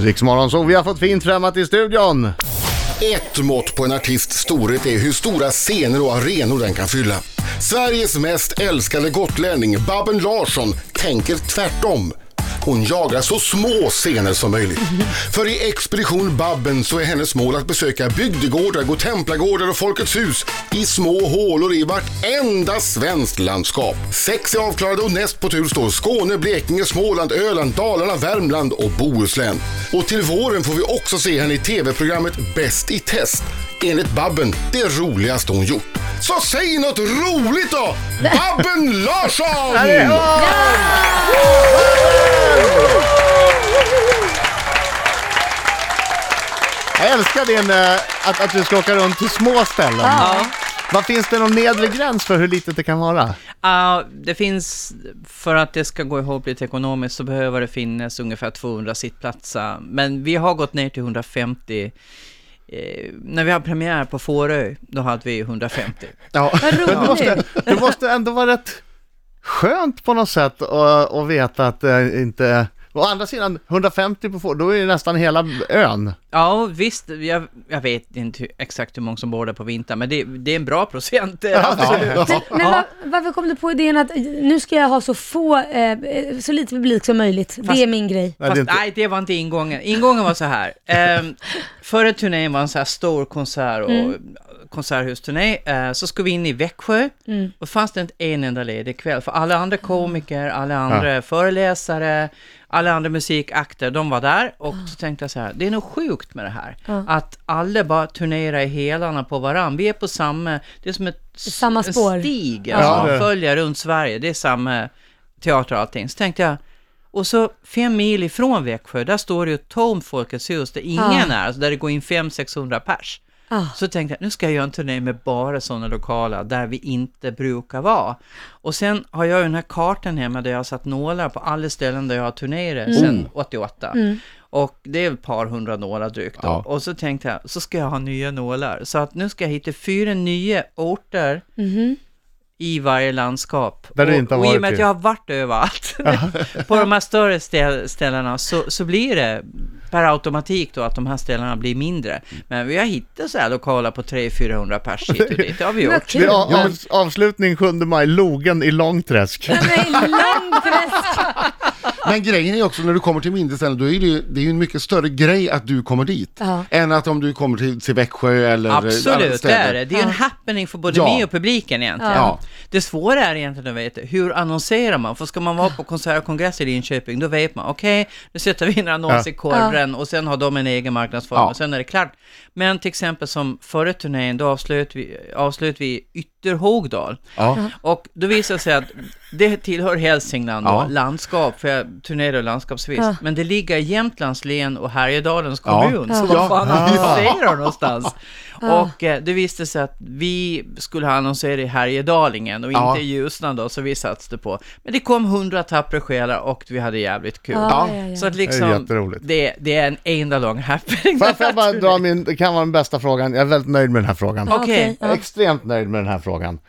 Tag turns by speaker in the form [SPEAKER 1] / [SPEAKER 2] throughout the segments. [SPEAKER 1] Riksmorgon, så vi har fått fint främmat i studion.
[SPEAKER 2] Ett mått på en artists storhet är hur stora scener och arenor den kan fylla. Sveriges mest älskade gotlänning, Babben Larsson, tänker tvärtom. Hon jagar så små scener som möjligt. För i Expedition Babben så är hennes mål att besöka bygdegårdar, gå templagårdar och Folkets hus i små hålor i vartenda svenskt landskap. Sex är avklarade och näst på tur står Skåne, Blekinge, Småland, Öland, Dalarna, Värmland och Bohuslän. Och till våren får vi också se henne i tv-programmet Bäst i test. Enligt Babben, det roligaste hon gjort. Så säg något roligt då! Babben Larsson!
[SPEAKER 1] Jag älskar din, eh, att, att du ska åka runt till små ställen.
[SPEAKER 3] Ja.
[SPEAKER 1] Vad finns det någon nedre gräns för hur litet det kan vara?
[SPEAKER 3] Ja, det finns, för att det ska gå ihop lite ekonomiskt så behöver det finnas ungefär 200 sittplatser. Men vi har gått ner till 150. Eh, när vi hade premiär på Fårö, då hade vi 150.
[SPEAKER 1] Ja.
[SPEAKER 4] Vad roligt.
[SPEAKER 1] Men det måste, det måste ändå vara rätt skönt på något sätt att, att veta att det inte... Å andra sidan, 150 på få, då är det nästan hela ön.
[SPEAKER 3] Ja, visst, jag, jag vet inte hur- exakt hur många som bor där på vintern, men det, det är en bra procent. Alltså, absolut.
[SPEAKER 4] Men, men va, varför kom du på idén att eh, nu ska jag ha så få, eh, så lite publik som möjligt? det är min grej.
[SPEAKER 1] Nej, det är
[SPEAKER 3] Fast,
[SPEAKER 1] inte-
[SPEAKER 3] nej, det var inte ingången. Ingången var så här. Ehm, före turnén var en så här stor konsert och
[SPEAKER 1] Mm.
[SPEAKER 3] konserthusturné. Eh, så skulle vi in i Växjö
[SPEAKER 4] Mm.
[SPEAKER 3] och fanns det inte en enda ledig kväll. För alla andra komiker, alla andra föreläsare, alla andra musikakter, de var där. Och så tänkte jag så här, det är nog sjukt med det här. Att alla bara turnerar i helarna på varann. Vi är på samma, det är som ett,
[SPEAKER 4] Samma
[SPEAKER 3] en
[SPEAKER 4] spår.
[SPEAKER 3] stig alltså,
[SPEAKER 1] Ja.
[SPEAKER 3] som följer runt Sverige. Det är samma teater och allting. Så tänkte jag, och så fem mil ifrån Växjö, där står det ju ett tomt Folkets hus där ingen är, alltså där det går in 500-600 pers.
[SPEAKER 4] Ah.
[SPEAKER 3] Så tänkte jag, nu ska jag göra en turné med bara sådana lokala där vi inte brukar vara. Och sen har jag ju den här kartan hemma där jag har satt nålar på alla ställen där jag har turnerat sedan 88. Och det är ett par hundra nålar drygt då.
[SPEAKER 5] Ja.
[SPEAKER 3] Och så tänkte jag, så ska jag ha nya nålar. Så att nu ska jag hitta fyra nya orter i varje landskap.
[SPEAKER 1] Där du
[SPEAKER 3] och,
[SPEAKER 1] inte har
[SPEAKER 3] och i
[SPEAKER 1] varit
[SPEAKER 3] och med
[SPEAKER 1] ju.
[SPEAKER 3] att jag har varit överallt på de här större stä- ställena så, så blir det per automatik då att de här ställena blir mindre. Men vi har hittat så här lokala på 300-400 pers hit och dit, det har vi
[SPEAKER 4] Vad
[SPEAKER 3] gjort.
[SPEAKER 1] Det är
[SPEAKER 4] kul.
[SPEAKER 1] av, av, avslutning 7 maj, Logen i Långträsk.
[SPEAKER 4] Nej, men lång press.
[SPEAKER 2] Men grejen är också när du kommer till mindre ställen, då är det, ju, det är ju en mycket större grej att du kommer dit.
[SPEAKER 4] Ja.
[SPEAKER 2] Än att om du kommer till, till Växjö eller andra
[SPEAKER 3] Absolut, det
[SPEAKER 2] städer.
[SPEAKER 3] är det. Det är ju en happening för både
[SPEAKER 2] Ja.
[SPEAKER 3] mig och publiken egentligen.
[SPEAKER 2] Ja.
[SPEAKER 3] Det svåra är egentligen att veta, hur annonserar man? För ska man vara på konsert och kongress i Linköping, då vet man, okej, nu sätter vi in en annons i korven och sen har de en egen marknadsföring
[SPEAKER 2] Ja.
[SPEAKER 3] och sen är det klart. Men till exempel som förra turnén, då avslöt vi, avslöt vi Ytterhogdal.
[SPEAKER 2] Ja.
[SPEAKER 3] Och då visade det sig att det tillhör Hälsingland då,
[SPEAKER 2] Ja.
[SPEAKER 3] landskap, för jag turnerar landskapsvis.
[SPEAKER 4] Ja.
[SPEAKER 3] Men det ligger i Jämtlands län och Härjedalens
[SPEAKER 2] Ja.
[SPEAKER 3] kommun, så
[SPEAKER 2] Ja.
[SPEAKER 3] vad fan annonserar de någonstans? Och eh, det visade sig att vi skulle ha annonserat i Härjedalingen och
[SPEAKER 2] Ja.
[SPEAKER 3] inte i Ljusnan då, så vi satsade på. Men det kom hundra tappra själar och vi hade jävligt kul.
[SPEAKER 4] Ja, ja, ja.
[SPEAKER 3] Så att
[SPEAKER 1] Det är
[SPEAKER 3] liksom,
[SPEAKER 1] jätteroligt.
[SPEAKER 3] det, det är en enda lång happening.
[SPEAKER 1] Får jag- får jag bara dra min, det kan vara den bästa frågan, jag är väldigt nöjd med den här frågan.
[SPEAKER 3] Okej.
[SPEAKER 4] Okej, ja. Mm.
[SPEAKER 1] Extremt nöjd med den här frågan.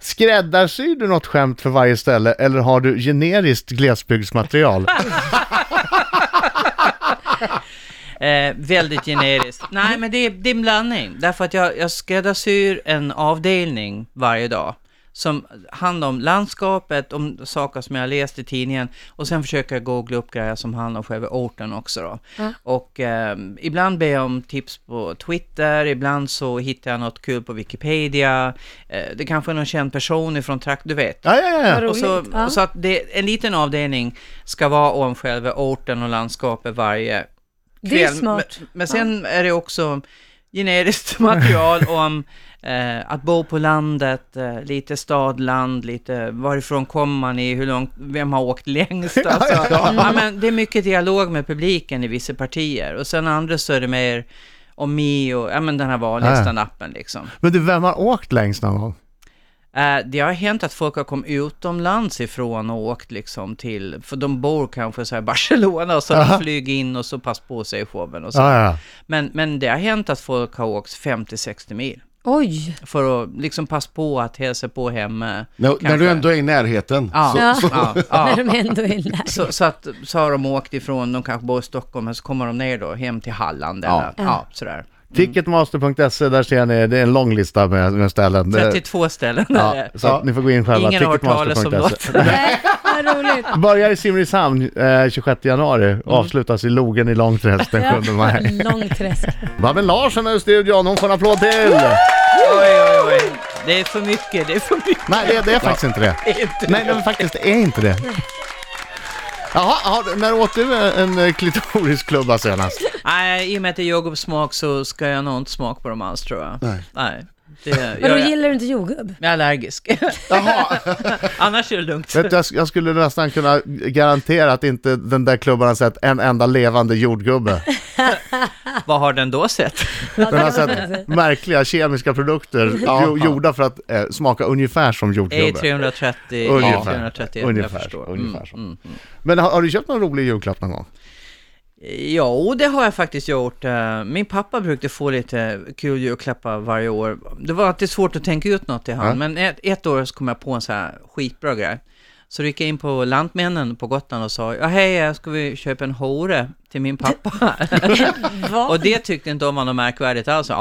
[SPEAKER 1] Skräddarsyr du något skämt för varje ställe eller har du generiskt glesbygdsmaterial?
[SPEAKER 3] Eh, väldigt generiskt. Nej, men det är, det är en blandning. Därför att jag, jag skräddarsyr en avdelning varje dag som handlar om landskapet, om saker som jag läst i tidningen och sen försöker jag googla upp grejer som handlar om själva orten också då. Och eh, ibland ber jag om tips på Twitter, ibland så hittar jag något kul på Wikipedia, eh, det kanske är någon känd person ifrån trakt, du vet.
[SPEAKER 1] Ja, ja, ja.
[SPEAKER 4] Vad
[SPEAKER 3] Och så,
[SPEAKER 4] roligt. Ja.
[SPEAKER 3] och så att det, en liten avdelning ska vara om själva orten och landskapet varje kväll.
[SPEAKER 4] Det är smart.
[SPEAKER 3] Men, men sen är det också generiskt material om eh, att bo på landet, eh, lite stad, land, lite varifrån kommer man i, hur långt, vem har åkt längst? Alltså. ja, men det är mycket dialog med publiken i vissa partier och sen andra så är det mer om mig och ja, men den här vanliga
[SPEAKER 1] Ja.
[SPEAKER 4] Ah.
[SPEAKER 3] standupen liksom.
[SPEAKER 1] Men du, vem har åkt längst någon gång?
[SPEAKER 3] Eh, Det har hänt att folk har kommit utomlands ifrån och åkt liksom till, för de bor kanske så här i Barcelona och så har de flyger in och så pass på sig i showen och så.
[SPEAKER 1] Ja, ja.
[SPEAKER 3] Men, men det har hänt att folk har åkt 50-60 mil.
[SPEAKER 4] Oj.
[SPEAKER 3] För att liksom passa på att hälsa på hemme.
[SPEAKER 5] När, när
[SPEAKER 3] kanske.
[SPEAKER 5] du ändå är i närheten.
[SPEAKER 3] Ja,
[SPEAKER 5] Så,
[SPEAKER 4] Ja.
[SPEAKER 3] ja,
[SPEAKER 4] När
[SPEAKER 3] ja.
[SPEAKER 4] de ändå är där.
[SPEAKER 3] Så, så, att, så har de åkt ifrån, de kanske bor i Stockholm, men så kommer de ner då hem till Halland eller ja, sådär.
[SPEAKER 1] Ticketmaster.se, där ser ni, det är en lång lista med, med ställen. Eh, Det-
[SPEAKER 3] 32 ställen.
[SPEAKER 1] ja, så att ni får gå in själva.
[SPEAKER 3] Ingen har hört talas om något.
[SPEAKER 4] Nej, vad roligt.
[SPEAKER 1] Börjar i Simrishamn eh, 26 januari och avslutas i Logen i Långträsk den 7
[SPEAKER 4] Mm. Ja, Mm.
[SPEAKER 1] maj.
[SPEAKER 4] Långträsk.
[SPEAKER 1] Babben Larsson är i studion, hon får en applåd till!
[SPEAKER 3] Oj, oj, oj. Det är för mycket, det är för mycket.
[SPEAKER 1] Nej, det, det är faktiskt inte det.
[SPEAKER 3] inte
[SPEAKER 1] Nej, det är faktiskt är inte det. Jaha, har, när åt du en eh, klitorisklubba senast?
[SPEAKER 3] Nej, i och med att det är jordgubbssmak så ska jag nog inte smaka på dem alls tror jag. Nej. Nej. Det,
[SPEAKER 4] Men då
[SPEAKER 3] jag,
[SPEAKER 4] gillar du inte jordgubb?
[SPEAKER 3] jag är allergisk. Annars är det lugnt.
[SPEAKER 1] Vet du, jag, jag skulle nästan kunna garantera att inte den där klubban har sett en enda levande jordgubbe.
[SPEAKER 3] Vad har den då sett?
[SPEAKER 4] Ja,
[SPEAKER 1] Den har
[SPEAKER 4] det kan man
[SPEAKER 1] sett
[SPEAKER 4] säga.
[SPEAKER 1] märkliga kemiska produkter jo, gjorda för att eh, smaka ungefär som
[SPEAKER 3] Eh,
[SPEAKER 1] jordgubbe.
[SPEAKER 3] A330,
[SPEAKER 1] Ungefär.
[SPEAKER 3] A331,
[SPEAKER 1] Ungefär,
[SPEAKER 3] jag förstår.
[SPEAKER 1] ungefär så.
[SPEAKER 3] Mm, mm,
[SPEAKER 1] Men har, har du köpt någon rolig julklapp någon gång?
[SPEAKER 3] mm. Ja, och det har jag faktiskt gjort. Eh, Min pappa brukade få lite kul julklappar varje år. Det var alltid svårt att tänka ut något till honom, men ett, ett år så kom jag på en så här skitbra grej. Så gick jag in på Lantmännen på Gotland och sa, ja hej, eh, ska vi köpa en hore till min pappa?
[SPEAKER 4] Va?
[SPEAKER 3] Och det tyckte inte de var något märkvärdigt alls. Ja,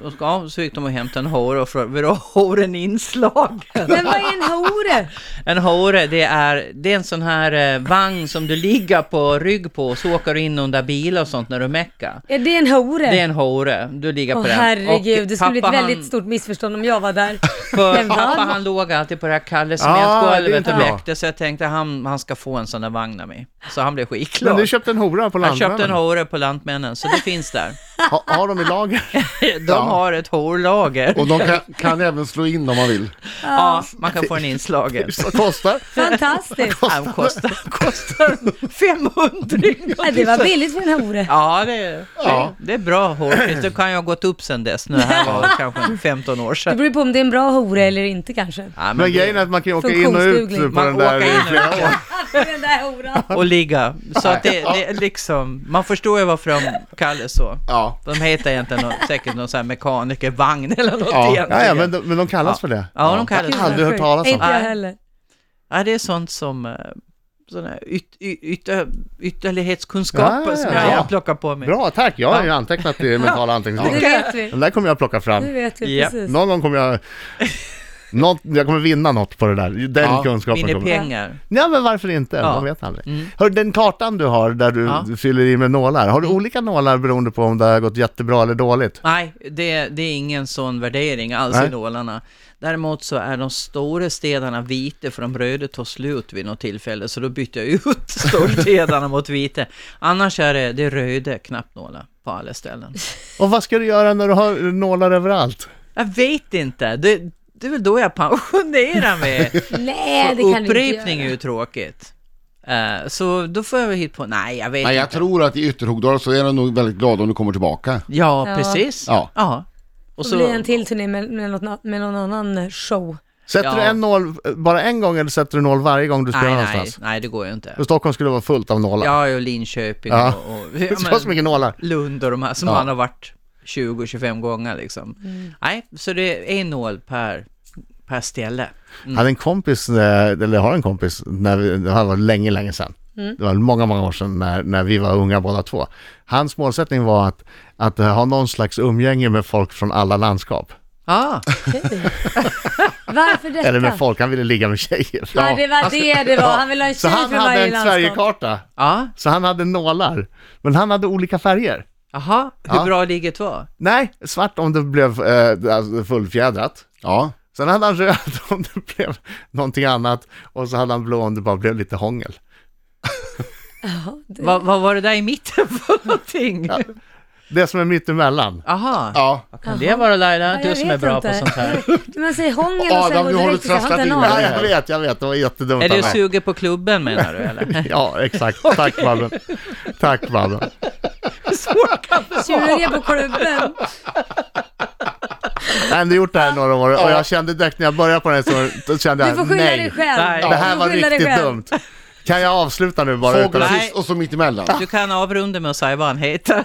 [SPEAKER 3] ja, och så- ja, så gick de och hämtade en hore och frågade, vill du ha horen inslagen?
[SPEAKER 4] Men vad är en hore?
[SPEAKER 3] En hore, det är, det är en sån här eh, vagn som du ligger på rygg på och så åker du in under bilar och sånt när du meckar.
[SPEAKER 4] Är det en hore?
[SPEAKER 3] Det är en hore, du ligger på
[SPEAKER 4] Åh
[SPEAKER 3] den.
[SPEAKER 4] herregud, det skulle bli ett
[SPEAKER 3] pappa,
[SPEAKER 4] väldigt
[SPEAKER 3] han-
[SPEAKER 4] stort missförstånd om jag var där.
[SPEAKER 3] För
[SPEAKER 4] Men vad?
[SPEAKER 3] pappa han låg alltid på det här Kalle
[SPEAKER 1] det är
[SPEAKER 3] cementgolvet
[SPEAKER 1] inte
[SPEAKER 3] och
[SPEAKER 1] bra.
[SPEAKER 3] mäckte så jag tänkte han, han ska få en sån där vagn av mig. Så han blev
[SPEAKER 1] Men du
[SPEAKER 3] skitglad.
[SPEAKER 1] köpte en hora på
[SPEAKER 3] Han köpte en
[SPEAKER 1] Lantmännen.
[SPEAKER 3] hore på Lantmännen, så det finns där.
[SPEAKER 1] Ha, har de i lager?
[SPEAKER 3] De har ett horlager.
[SPEAKER 5] Och de kan, kan även slå in om man vill.
[SPEAKER 3] Ja, man kan få den inslagen.
[SPEAKER 1] Vad kostar?
[SPEAKER 4] Fantastiskt.
[SPEAKER 3] Han kostar, kostar 500
[SPEAKER 4] Ja, det var billigt för en hore.
[SPEAKER 3] Ja, det, ja. det är bra hårklipp. Det kan jag ha gått upp sen dess. Nu det här var kanske 15 år
[SPEAKER 4] Det
[SPEAKER 3] sedan.
[SPEAKER 4] beror ju på om det är en bra hore eller inte kanske.
[SPEAKER 3] Ja, men
[SPEAKER 1] Men
[SPEAKER 3] det-
[SPEAKER 1] grejen är att man kan ju åka in och ut
[SPEAKER 4] Funktionsduglig.
[SPEAKER 1] på
[SPEAKER 3] Man
[SPEAKER 1] den där
[SPEAKER 3] åker
[SPEAKER 1] i
[SPEAKER 3] in och
[SPEAKER 1] flera år.
[SPEAKER 4] den där horan.
[SPEAKER 3] och ligga. Så att det, det är liksom, man förstår ju varför de kallar så.
[SPEAKER 5] Ja.
[SPEAKER 3] De heter egentligen någon, säkert någon sån här mekanikervagn eller något egentligen.
[SPEAKER 1] Ja, ja, men, de, men de kallas
[SPEAKER 3] Ja.
[SPEAKER 1] för det.
[SPEAKER 3] Ja, de kallas
[SPEAKER 1] Jag
[SPEAKER 3] för
[SPEAKER 1] har
[SPEAKER 3] det.
[SPEAKER 1] aldrig hört talas om.
[SPEAKER 4] Inte jag
[SPEAKER 3] Nej.
[SPEAKER 4] heller.
[SPEAKER 3] Ja, det är sånt som eh, såna här yt, yt, yt, ytterlighetskunskaper
[SPEAKER 1] Ja, ja,
[SPEAKER 3] som
[SPEAKER 1] ja.
[SPEAKER 3] jag,
[SPEAKER 1] Ja.
[SPEAKER 3] jag plockar på mig.
[SPEAKER 1] Bra, tack. Jag har ju antecknat i mentala
[SPEAKER 4] Det
[SPEAKER 1] anteckningsboken.
[SPEAKER 4] vet vi.
[SPEAKER 1] Den där kommer jag plocka
[SPEAKER 4] Det
[SPEAKER 1] fram.
[SPEAKER 4] vet vi
[SPEAKER 3] Ja.
[SPEAKER 4] precis.
[SPEAKER 1] Någon gång kommer jag... Något, jag kommer vinna något på det där. Den
[SPEAKER 5] Ja,
[SPEAKER 1] kunskapen
[SPEAKER 3] Vinner
[SPEAKER 1] kommer.
[SPEAKER 3] pengar.
[SPEAKER 1] Ja, men varför inte?
[SPEAKER 3] Ja. Mm.
[SPEAKER 1] Man vet aldrig. Hör, den kartan du har där du
[SPEAKER 3] Ja.
[SPEAKER 1] fyller i med nålar, har du olika nålar beroende på om det har gått jättebra eller dåligt?
[SPEAKER 3] Nej, det, det är ingen sån värdering alls
[SPEAKER 1] Nej.
[SPEAKER 3] i nålarna. Däremot så är de stora städarna vita för de röda tar slut vid något tillfälle, så då byter jag ut storstädarna mot vita. Annars är det, det röda knappnålar på alla ställen.
[SPEAKER 1] Och vad ska du göra när du har nålar överallt?
[SPEAKER 3] Jag vet inte, det, det är väl då jag pensionerar mig.
[SPEAKER 4] Nej, det kan du inte
[SPEAKER 3] Upprepning är
[SPEAKER 4] göra.
[SPEAKER 3] ju tråkigt. Eh, så då får jag väl hit på, nej jag vet
[SPEAKER 5] Men jag
[SPEAKER 3] inte.
[SPEAKER 5] tror att i Ytterhogdal så är de nog väldigt glada om du kommer tillbaka.
[SPEAKER 3] Ja,
[SPEAKER 4] Ja.
[SPEAKER 3] precis.
[SPEAKER 5] Ja.
[SPEAKER 3] Och
[SPEAKER 4] Det blir en till turné med, med, något, med någon annan show.
[SPEAKER 1] Sätter
[SPEAKER 3] Ja.
[SPEAKER 1] du en nål eh, bara en gång eller sätter du nål varje gång du spelar
[SPEAKER 3] nej, nej,
[SPEAKER 1] någonstans?
[SPEAKER 3] nej, det går ju inte.
[SPEAKER 1] För Stockholm skulle vara fullt av nålar.
[SPEAKER 3] Ja, och Linköping
[SPEAKER 1] Ja.
[SPEAKER 3] och... och ja,
[SPEAKER 1] Det var så mycket nålar.
[SPEAKER 3] Lund och de här som han har varit 20-25 gånger liksom.
[SPEAKER 4] Mm.
[SPEAKER 3] Nej, så det är en nål per, per ställe.
[SPEAKER 1] Jag hade en kompis, eh, eller har en kompis, när vi, det här var länge, länge sedan.
[SPEAKER 4] Mm.
[SPEAKER 1] Det var många, många år sedan när, när vi var unga båda två. Hans målsättning var att, att eh, ha någon slags umgänge med folk från alla landskap.
[SPEAKER 3] Ja,
[SPEAKER 4] Varför detta?
[SPEAKER 1] Eller med folk, han ville ligga med tjejer.
[SPEAKER 4] Ja, det var det det var. Han ville ha en
[SPEAKER 1] Så
[SPEAKER 4] tjej
[SPEAKER 1] han
[SPEAKER 4] för
[SPEAKER 1] hade
[SPEAKER 4] varje
[SPEAKER 1] en
[SPEAKER 4] landskap.
[SPEAKER 1] Sverigekarta.
[SPEAKER 3] ja,
[SPEAKER 1] Så han hade nålar. Men han hade olika färger.
[SPEAKER 3] jaha, hur
[SPEAKER 1] Ja.
[SPEAKER 3] bra ligget var?
[SPEAKER 1] Nej, svart om det blev eh, alltså fullfjädrat.
[SPEAKER 5] Ja.
[SPEAKER 1] Sen hade han röd om det blev någonting annat. Och så hade han blå om det bara blev lite hångel.
[SPEAKER 3] Vad, vad var det där i mitten för någonting?
[SPEAKER 1] Det som är mittemellan.
[SPEAKER 3] Jaha,
[SPEAKER 5] Ja.
[SPEAKER 3] vad kan det vara Laila?
[SPEAKER 4] Ja,
[SPEAKER 3] Du
[SPEAKER 4] jag
[SPEAKER 3] som är
[SPEAKER 4] vet
[SPEAKER 3] bra
[SPEAKER 4] inte.
[SPEAKER 3] på sånt här.
[SPEAKER 4] Man säger hångel och
[SPEAKER 5] Adam,
[SPEAKER 4] sen
[SPEAKER 5] nu
[SPEAKER 4] går
[SPEAKER 5] har du
[SPEAKER 4] direkt till
[SPEAKER 5] trasslat in
[SPEAKER 1] Ja,
[SPEAKER 5] mig.
[SPEAKER 4] Santana.
[SPEAKER 1] jag vet, jag vet. Det var jättedumt
[SPEAKER 3] Är
[SPEAKER 1] av
[SPEAKER 3] du
[SPEAKER 1] mig.
[SPEAKER 3] sugen på klubben menar du eller?
[SPEAKER 1] Ja, exakt. Tack Babben. Tack Babben.
[SPEAKER 3] Svårt kan det vara.
[SPEAKER 4] Tjuren på klubben.
[SPEAKER 1] Jag har ändå gjort det här några år och jag kände direkt när jag började på den här historien, då kände
[SPEAKER 4] Du
[SPEAKER 1] jag
[SPEAKER 4] får skylla dig
[SPEAKER 1] nej.
[SPEAKER 4] själv.
[SPEAKER 3] Nej.
[SPEAKER 1] Det här
[SPEAKER 4] Du
[SPEAKER 1] var
[SPEAKER 4] får skylla dig
[SPEAKER 1] riktigt
[SPEAKER 4] själv.
[SPEAKER 1] dumt. Kan jag avsluta nu bara?
[SPEAKER 5] Fågel
[SPEAKER 1] Utan att...
[SPEAKER 3] Nej.
[SPEAKER 5] sist och så mitt emellan.
[SPEAKER 3] Du kan avrunda med att säga vad han heter.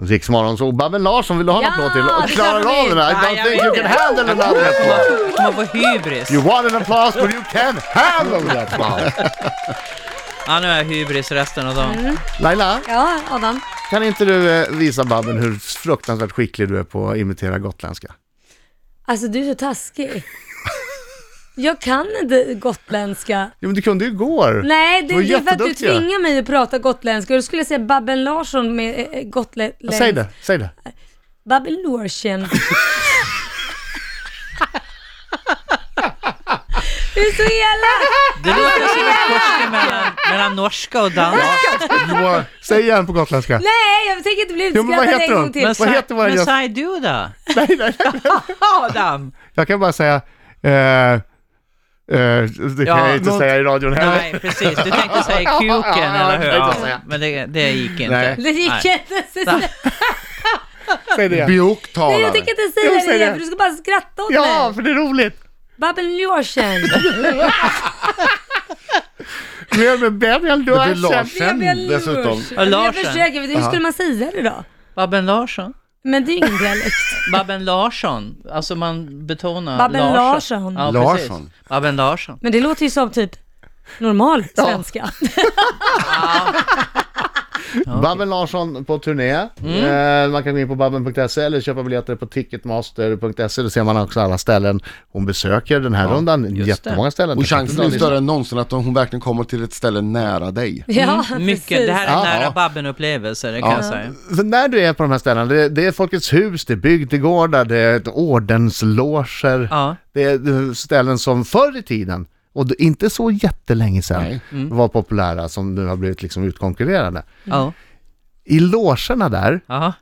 [SPEAKER 1] Riksmorgon. Så Babben Larsson, vill du ha en
[SPEAKER 4] Ja,
[SPEAKER 1] applåd till? Och
[SPEAKER 4] det klarar
[SPEAKER 1] klarar
[SPEAKER 4] vi.
[SPEAKER 1] av den här? I
[SPEAKER 3] Ja,
[SPEAKER 1] don't
[SPEAKER 3] jag
[SPEAKER 1] think
[SPEAKER 3] vet
[SPEAKER 1] you
[SPEAKER 3] det.
[SPEAKER 1] can handle another applause.
[SPEAKER 3] Man får hybris.
[SPEAKER 1] You want an applause but you can handle the applause.
[SPEAKER 3] Ja, nu är jag hybris resten av dagen.
[SPEAKER 1] Laila,
[SPEAKER 4] Ja, Adam.
[SPEAKER 1] kan inte du eh, visa Babben hur fruktansvärt skicklig du är på att imitera gotländska?
[SPEAKER 4] Alltså du är så taskig. Jag kan inte gotländska.
[SPEAKER 1] Jo men du kunde ju igår.
[SPEAKER 4] Nej, det,
[SPEAKER 1] var
[SPEAKER 4] det är för att du
[SPEAKER 1] jätteduktig.
[SPEAKER 4] tvingar mig att prata gotländska. Då skulle jag säga Babben Larsson med eh, eh,
[SPEAKER 1] Ja,
[SPEAKER 4] gotländska.
[SPEAKER 1] Säg det, säg det.
[SPEAKER 4] Babben Larsson. Du är så elak!
[SPEAKER 3] Det låter som ett korståg mellan, mellan norska och danska.
[SPEAKER 1] Ja, Säg igen på gotländska.
[SPEAKER 4] Nej, jag tänker inte bli
[SPEAKER 1] Jo, men vad
[SPEAKER 4] utskrattad en
[SPEAKER 1] heter
[SPEAKER 4] gång
[SPEAKER 1] hon?
[SPEAKER 4] till.
[SPEAKER 1] Vad heter våra
[SPEAKER 3] Men
[SPEAKER 1] gäst?
[SPEAKER 3] säg du då?
[SPEAKER 1] Nej, nej, nej.
[SPEAKER 3] Adam!
[SPEAKER 1] Jag kan bara säga, eh, eh, det kan
[SPEAKER 3] Ja,
[SPEAKER 1] jag inte
[SPEAKER 3] något-
[SPEAKER 1] säga i radion heller.
[SPEAKER 3] Nej, precis. Du tänkte säga kuken,
[SPEAKER 1] ja,
[SPEAKER 3] eller hur?
[SPEAKER 1] jag tänkte
[SPEAKER 3] Ja,
[SPEAKER 1] säga.
[SPEAKER 3] men det, det gick inte.
[SPEAKER 1] Nej.
[SPEAKER 4] Det gick inte.
[SPEAKER 1] Säg det igen.
[SPEAKER 5] Bjok
[SPEAKER 4] Nej,
[SPEAKER 5] talar.
[SPEAKER 4] jag tänker inte
[SPEAKER 1] Jo,
[SPEAKER 4] säga det
[SPEAKER 1] säg det.
[SPEAKER 4] igen, för du ska bara skratta åt
[SPEAKER 1] Ja,
[SPEAKER 4] mig.
[SPEAKER 1] för det är roligt.
[SPEAKER 4] Babben Larsson.
[SPEAKER 1] Mer med Benjamin
[SPEAKER 5] Det blir
[SPEAKER 1] Larsson.
[SPEAKER 4] Babben
[SPEAKER 5] Larsen dessutom.
[SPEAKER 4] Larsson.
[SPEAKER 3] Ja,
[SPEAKER 4] Jag
[SPEAKER 3] Larsen.
[SPEAKER 4] försöker, men hur skulle man säga det då?
[SPEAKER 3] Babben Larsson.
[SPEAKER 4] Men det är ju ingen dialekt.
[SPEAKER 3] Babben Larsson. Alltså man betonar
[SPEAKER 4] Babben
[SPEAKER 3] Larsson.
[SPEAKER 4] Larsson.
[SPEAKER 3] Ja, precis.
[SPEAKER 5] Larsson.
[SPEAKER 3] Babben Larsson.
[SPEAKER 4] Men det låter ju som typ normal svenska.
[SPEAKER 3] Ah,
[SPEAKER 1] Babben Larsson på turné.
[SPEAKER 3] Mm.
[SPEAKER 1] Eh, man kan gå in på babben.se eller köpa biljetter på ticketmaster.se. Då ser man också alla ställen hon besöker den här rundan.
[SPEAKER 3] just
[SPEAKER 1] Jättemånga ställen.
[SPEAKER 5] Och chansen är större än någonsin att hon verkligen kommer till ett ställe nära dig.
[SPEAKER 4] Ja,
[SPEAKER 3] Mm, Mycket. Det här är
[SPEAKER 5] Ja,
[SPEAKER 3] nära
[SPEAKER 5] ja.
[SPEAKER 3] Babben-upplevelse, det kan jag säga.
[SPEAKER 1] Så när du är på de här ställena, det, det är Folkets hus, det är bygdegårdar, det är ett ordensloger.
[SPEAKER 3] Ja.
[SPEAKER 1] Det är eh, ställen som förr i tiden, och det- inte så jättelänge sedan,
[SPEAKER 5] Nej.
[SPEAKER 3] Mm.
[SPEAKER 1] var populära som nu har blivit liksom utkonkurrerade.
[SPEAKER 3] Ja.
[SPEAKER 1] I logerna där,
[SPEAKER 3] Ja.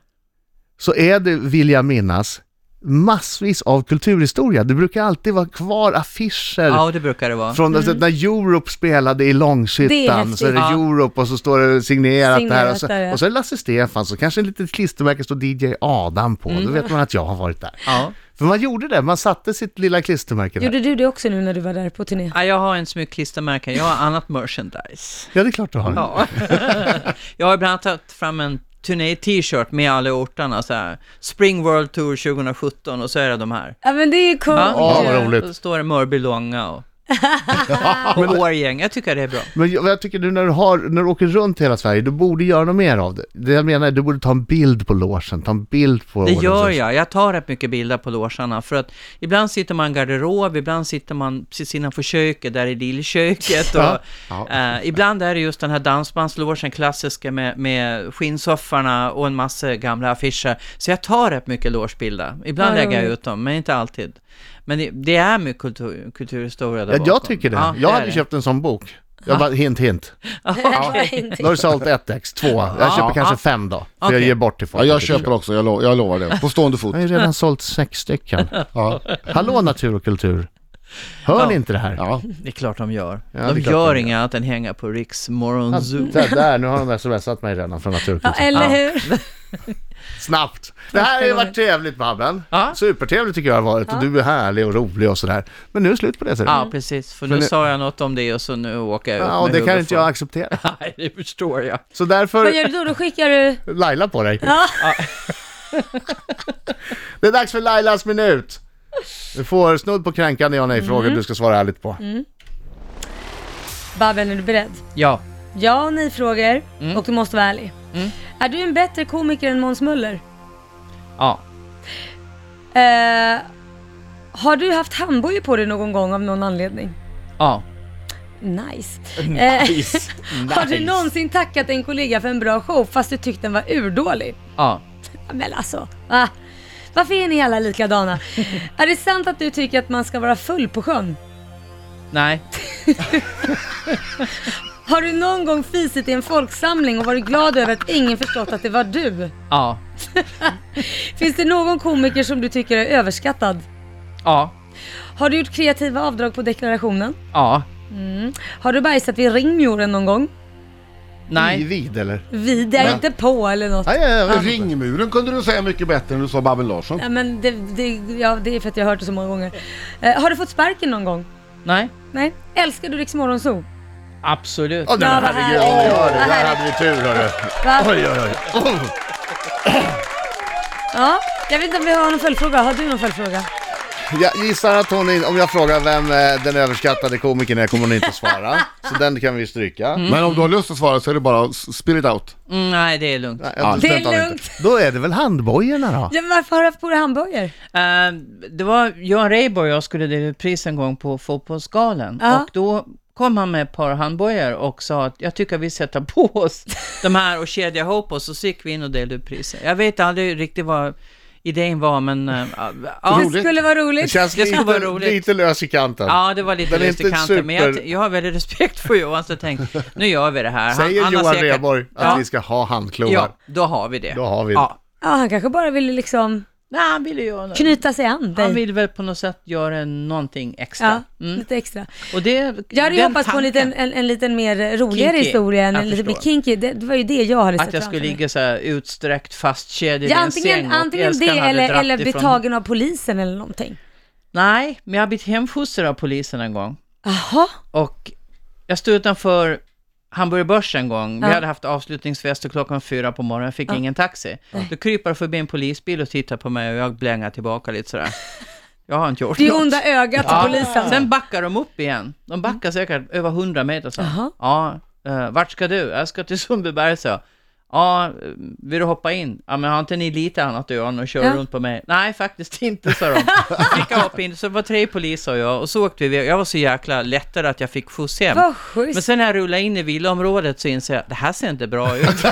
[SPEAKER 1] så är det, vill jag minnas, massvis av kulturhistoria. Det brukar alltid vara kvar affischer
[SPEAKER 3] ja, det brukar det vara.
[SPEAKER 1] från alltså, när Europe spelade i
[SPEAKER 4] Det är
[SPEAKER 1] Långshyttan,
[SPEAKER 4] häftigt.
[SPEAKER 1] så är det
[SPEAKER 3] Ja.
[SPEAKER 1] Europe och så står det signerat,
[SPEAKER 4] Signerat
[SPEAKER 1] där. Och så,
[SPEAKER 4] där, ja.
[SPEAKER 1] och så är det Lasse Stefan så kanske ett litet klistermärke står DJ Adam på. Då vet man att jag har varit där.
[SPEAKER 3] Ja.
[SPEAKER 1] För man gjorde det, man satte sitt lilla klistermärke där.
[SPEAKER 4] Gjorde du det också nu när du var där på turné?
[SPEAKER 3] Ja, jag har en smyckklistermärke, jag har annat merchandise.
[SPEAKER 1] Ja, det är klart du har.
[SPEAKER 3] Ja. jag har bland annat tagit fram en turné-t-shirt med alla ortarna så här. Spring World Tour 2017 och så är det de här.
[SPEAKER 4] Ja men det är ju coolt.
[SPEAKER 3] Ja,
[SPEAKER 1] Ja, vad
[SPEAKER 4] ju.
[SPEAKER 1] roligt.
[SPEAKER 3] Då står det Mörbylånga och, och Årgäng. Jag tycker det är bra.
[SPEAKER 1] Men jag, jag tycker du när du, har, när du åker runt hela Sverige, du borde göra något mer av det. Det jag menar är, du borde ta en bild på logen, ta en bild på...
[SPEAKER 3] Det gör jag. Jag tar rätt mycket bilder på logerna för att ibland sitter man i en garderob, ibland sitter man precis innanför köket, där i lillköket och
[SPEAKER 1] Ja.
[SPEAKER 3] eh, ibland är det just den här dansbandslogen, klassiska med, med skinnsoffarna och en massa gamla affischer. Så jag tar rätt mycket logebilder. Ibland
[SPEAKER 4] Ja,
[SPEAKER 3] lägger jag
[SPEAKER 4] roligt.
[SPEAKER 3] ut dem, men inte alltid. Men det, det är mycket kultur, kulturhistoria där
[SPEAKER 1] Ja, jag
[SPEAKER 3] bakom.
[SPEAKER 1] tycker det.
[SPEAKER 3] Ja,
[SPEAKER 1] jag
[SPEAKER 3] är
[SPEAKER 1] hade
[SPEAKER 3] det.
[SPEAKER 1] köpt en sån bok. Jag bara, hint hint. Nu har du sålt ett ex, två. Jag
[SPEAKER 3] Ja.
[SPEAKER 1] köper kanske
[SPEAKER 3] Ja.
[SPEAKER 1] fem då. För jag
[SPEAKER 3] Okej.
[SPEAKER 1] ger bort till folk.
[SPEAKER 5] Ja, jag köper också, jag, lo- jag lovar det. På stående fot.
[SPEAKER 1] Jag har ju redan sålt sex stycken.
[SPEAKER 5] Ja.
[SPEAKER 1] Hallå natur och kultur. Hör ni inte det här?
[SPEAKER 5] Ja.
[SPEAKER 3] Det är klart de gör.
[SPEAKER 1] det är
[SPEAKER 3] de
[SPEAKER 1] klart
[SPEAKER 3] gör
[SPEAKER 1] de
[SPEAKER 3] inget annat än hänga på Riks Morgonzoo.
[SPEAKER 1] Så här, Alltså, där, nu har de smsat mig redan från natur och
[SPEAKER 4] Ja,
[SPEAKER 1] kultur.
[SPEAKER 4] eller hur?
[SPEAKER 1] Snabbt! Det här har ju varit trevligt Babben.
[SPEAKER 3] Ja.
[SPEAKER 1] Supertrevligt tycker jag det har varit. Och du är härlig och rolig och sådär. Men nu är det slut på det. ser du.
[SPEAKER 3] Ja, precis. För nu
[SPEAKER 1] nu-
[SPEAKER 3] sa jag något om det och så nu åker jag ut
[SPEAKER 1] Ja, och
[SPEAKER 3] med
[SPEAKER 1] det kan
[SPEAKER 3] huvudet
[SPEAKER 1] inte jag
[SPEAKER 3] full.
[SPEAKER 1] acceptera.
[SPEAKER 3] Nej, det förstår jag.
[SPEAKER 1] Så
[SPEAKER 4] Vad
[SPEAKER 1] därför,
[SPEAKER 4] gör du då? Då skickar du...
[SPEAKER 1] Laila på dig.
[SPEAKER 4] Ja.
[SPEAKER 1] Det är dags för Lailas minut. Du får snudd på kränkande ja nej frågor du ska svara ärligt på.
[SPEAKER 4] Babben, är du beredd?
[SPEAKER 3] Ja.
[SPEAKER 4] Ja och nej frågor och du måste vara ärlig. Är du en bättre komiker än Måns Möller?
[SPEAKER 3] Ja.
[SPEAKER 4] Eh, har du haft handbojor på dig någon gång av någon anledning?
[SPEAKER 3] Ja.
[SPEAKER 4] Nice. Eh, Har du någonsin tackat en kollega för en bra show fast du tyckte den var urdålig?
[SPEAKER 3] Ja.
[SPEAKER 4] Men alltså, va? Varför är ni alla likadana? är det sant att du tycker att man ska vara full på sjön?
[SPEAKER 3] Nej.
[SPEAKER 4] Har du någon gång fisit i en folksamling och varit glad över att ingen förstått att det var du?
[SPEAKER 3] Ja.
[SPEAKER 4] Finns det någon komiker som du tycker är överskattad?
[SPEAKER 3] Ja.
[SPEAKER 4] Har du gjort kreativa avdrag på deklarationen?
[SPEAKER 3] Ja.
[SPEAKER 4] Har du bajsat vid ringmuren någon gång?
[SPEAKER 3] Nej.
[SPEAKER 1] Vid eller?
[SPEAKER 4] Vid, det är inte på eller något.
[SPEAKER 1] Nej, jag vet inte.
[SPEAKER 5] Ringmuren kunde du säga mycket bättre än du sa Babben Larsson.
[SPEAKER 4] Ja, men det, det, ja, det är för att jag har hört det så många gånger. Eh, har du fått sparken någon gång?
[SPEAKER 3] Nej.
[SPEAKER 4] Nej. Älskar du Rix Morgonzoo?
[SPEAKER 3] Absolut.
[SPEAKER 1] Åh, nej,
[SPEAKER 4] Ja,
[SPEAKER 1] men
[SPEAKER 4] vad
[SPEAKER 1] herregud,
[SPEAKER 4] härligt.
[SPEAKER 1] oh, där
[SPEAKER 4] Vad
[SPEAKER 1] hade vi tur hörru.
[SPEAKER 4] Va?
[SPEAKER 1] Oj, oj, oj. Oh.
[SPEAKER 4] Ja, jag vet inte om vi har någon följdfråga. Har du någon följdfråga?
[SPEAKER 1] Jag gissar att hon, in- om jag frågar vem eh, den överskattade komikern är kommer hon inte svara. Så den kan vi stryka.
[SPEAKER 5] Men om du har lust att svara så är det bara att s- spill it out.
[SPEAKER 3] Mm, nej, det är lugnt.
[SPEAKER 1] Nej, jag-
[SPEAKER 4] Det är
[SPEAKER 1] den tar vi inte.
[SPEAKER 4] lugnt.
[SPEAKER 1] Då är det väl handbojorna då?
[SPEAKER 4] Ja, men varför har du haft på dig hamburgare?
[SPEAKER 3] Eh, det var Jan Reiborg och jag skulle dela ut pris en gång på fotbollsgalan.
[SPEAKER 4] Ja.
[SPEAKER 3] Och då kom han med ett par handbojor och sa att jag tycker vi sätter på oss de här och kedjar ihop oss. Och så gick vi in och delade ut priser. Jag vet aldrig riktigt vad idén var, men... eh, ja,
[SPEAKER 4] Det skulle vara
[SPEAKER 1] Det
[SPEAKER 4] roligt.
[SPEAKER 1] känns
[SPEAKER 3] Det skulle
[SPEAKER 1] lite,
[SPEAKER 3] vara roligt.
[SPEAKER 1] lite lös i kanten.
[SPEAKER 3] Ja, det var lite
[SPEAKER 1] Den är
[SPEAKER 3] löst i
[SPEAKER 1] inte
[SPEAKER 3] kanten, men jag,
[SPEAKER 1] super-
[SPEAKER 3] jag har väldigt respekt för Johan, så jag tänkte, nu gör vi det här. Han-
[SPEAKER 1] Säger
[SPEAKER 3] han har
[SPEAKER 1] Johan
[SPEAKER 3] säkert-
[SPEAKER 1] Rheborg att
[SPEAKER 3] ja,
[SPEAKER 1] vi ska ha handklovar?
[SPEAKER 3] Ja, då har vi det.
[SPEAKER 1] Då har vi det.
[SPEAKER 3] Ja.
[SPEAKER 4] Ja, han kanske bara ville liksom
[SPEAKER 3] Nej, han ville göra något.
[SPEAKER 4] knyta sig an
[SPEAKER 3] Han
[SPEAKER 4] dig.
[SPEAKER 3] vill väl på något sätt göra någonting extra.
[SPEAKER 4] Ja, lite extra.
[SPEAKER 3] Och det,
[SPEAKER 4] Jag hade ju
[SPEAKER 3] den
[SPEAKER 4] hoppats på en
[SPEAKER 3] tanken.
[SPEAKER 4] liten, en, en liten mer roligare
[SPEAKER 3] Kinky.
[SPEAKER 4] historia,
[SPEAKER 3] Jag
[SPEAKER 4] en lite mer
[SPEAKER 3] förstår.
[SPEAKER 4] kinky. Det, det var ju det jag hade
[SPEAKER 3] Att
[SPEAKER 4] sett
[SPEAKER 3] jag
[SPEAKER 4] framför
[SPEAKER 3] skulle
[SPEAKER 4] mig.
[SPEAKER 3] ligga så här utsträckt fastkedjad i
[SPEAKER 4] Ja,
[SPEAKER 3] en säng
[SPEAKER 4] antingen,
[SPEAKER 3] och
[SPEAKER 4] antingen det
[SPEAKER 3] älskaren hade
[SPEAKER 4] eller,
[SPEAKER 3] dratt
[SPEAKER 4] eller bli
[SPEAKER 3] ifrån-
[SPEAKER 4] tagen av polisen eller någonting.
[SPEAKER 3] Nej, men jag har blivit hemfostrad av polisen en gång.
[SPEAKER 4] Jaha,
[SPEAKER 3] Och jag stod utanför Hamburgerbörsen en gång.
[SPEAKER 4] Ja.
[SPEAKER 3] Vi hade haft avslutningsfest och klockan fyra på morgonen. Jag fick ingen taxi. Då krypar det förbi en polisbil och tittar på mig och jag blängar tillbaka lite sådär. Jag har inte gjort
[SPEAKER 4] det är ju
[SPEAKER 3] något.
[SPEAKER 4] onda ögat till
[SPEAKER 3] Ja.
[SPEAKER 4] polisen.
[SPEAKER 3] Sen backar de upp igen. De backar säkert över 100 meter så.
[SPEAKER 4] Mm. Jaha.
[SPEAKER 3] Ja, eh, vart ska du? Jag ska till Sundbyberg, så. Ja, eh, vill du hoppa in? Ja, men har inte ni lite annat att göra än att köra
[SPEAKER 4] Ja.
[SPEAKER 3] runt på mig? Nej, faktiskt inte, sa de. Fick jag hoppa in, så det var tre poliser och jag, och så åkte vi iväg. Jag var så jäkla lättad att jag fick skjuts hem.
[SPEAKER 4] Vad schysst.
[SPEAKER 3] Men sen när jag rullade in i villaområdet så inser jag att det här ser inte bra ut.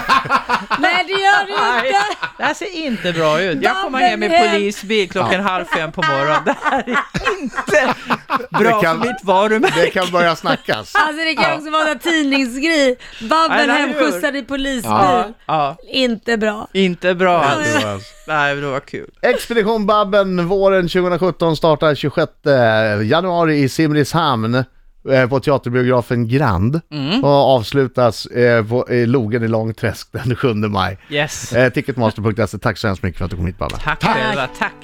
[SPEAKER 4] Nej, det gör du
[SPEAKER 3] Nej,
[SPEAKER 4] inte.
[SPEAKER 3] det här ser inte bra ut. Jag kommer hem i
[SPEAKER 4] Babben hem.
[SPEAKER 3] polisbil klockan halv fem på morgonen. Det här är inte bra
[SPEAKER 1] Det kan-
[SPEAKER 3] för mitt varumärke.
[SPEAKER 1] Det kan börja snackas.
[SPEAKER 4] Alltså det kan också vara en tidningsgrej. Babben
[SPEAKER 3] Eller hur?
[SPEAKER 4] hemskjutsad i polisbil.
[SPEAKER 3] Ja, ja,
[SPEAKER 4] Inte bra.
[SPEAKER 3] inte bra alls. Nej, men det var alltså- kul.
[SPEAKER 1] Expedition Babben våren 2017 startar 26 januari i Simrishamn eh, på teaterbiografen Grand och avslutas eh, på, i Logen i Långträsk den 7 maj.
[SPEAKER 3] Yes.
[SPEAKER 1] E. Eh, Ticketmaster.se, tack så hemskt mycket för att du kom hit Babben.
[SPEAKER 3] Tack själva, tack.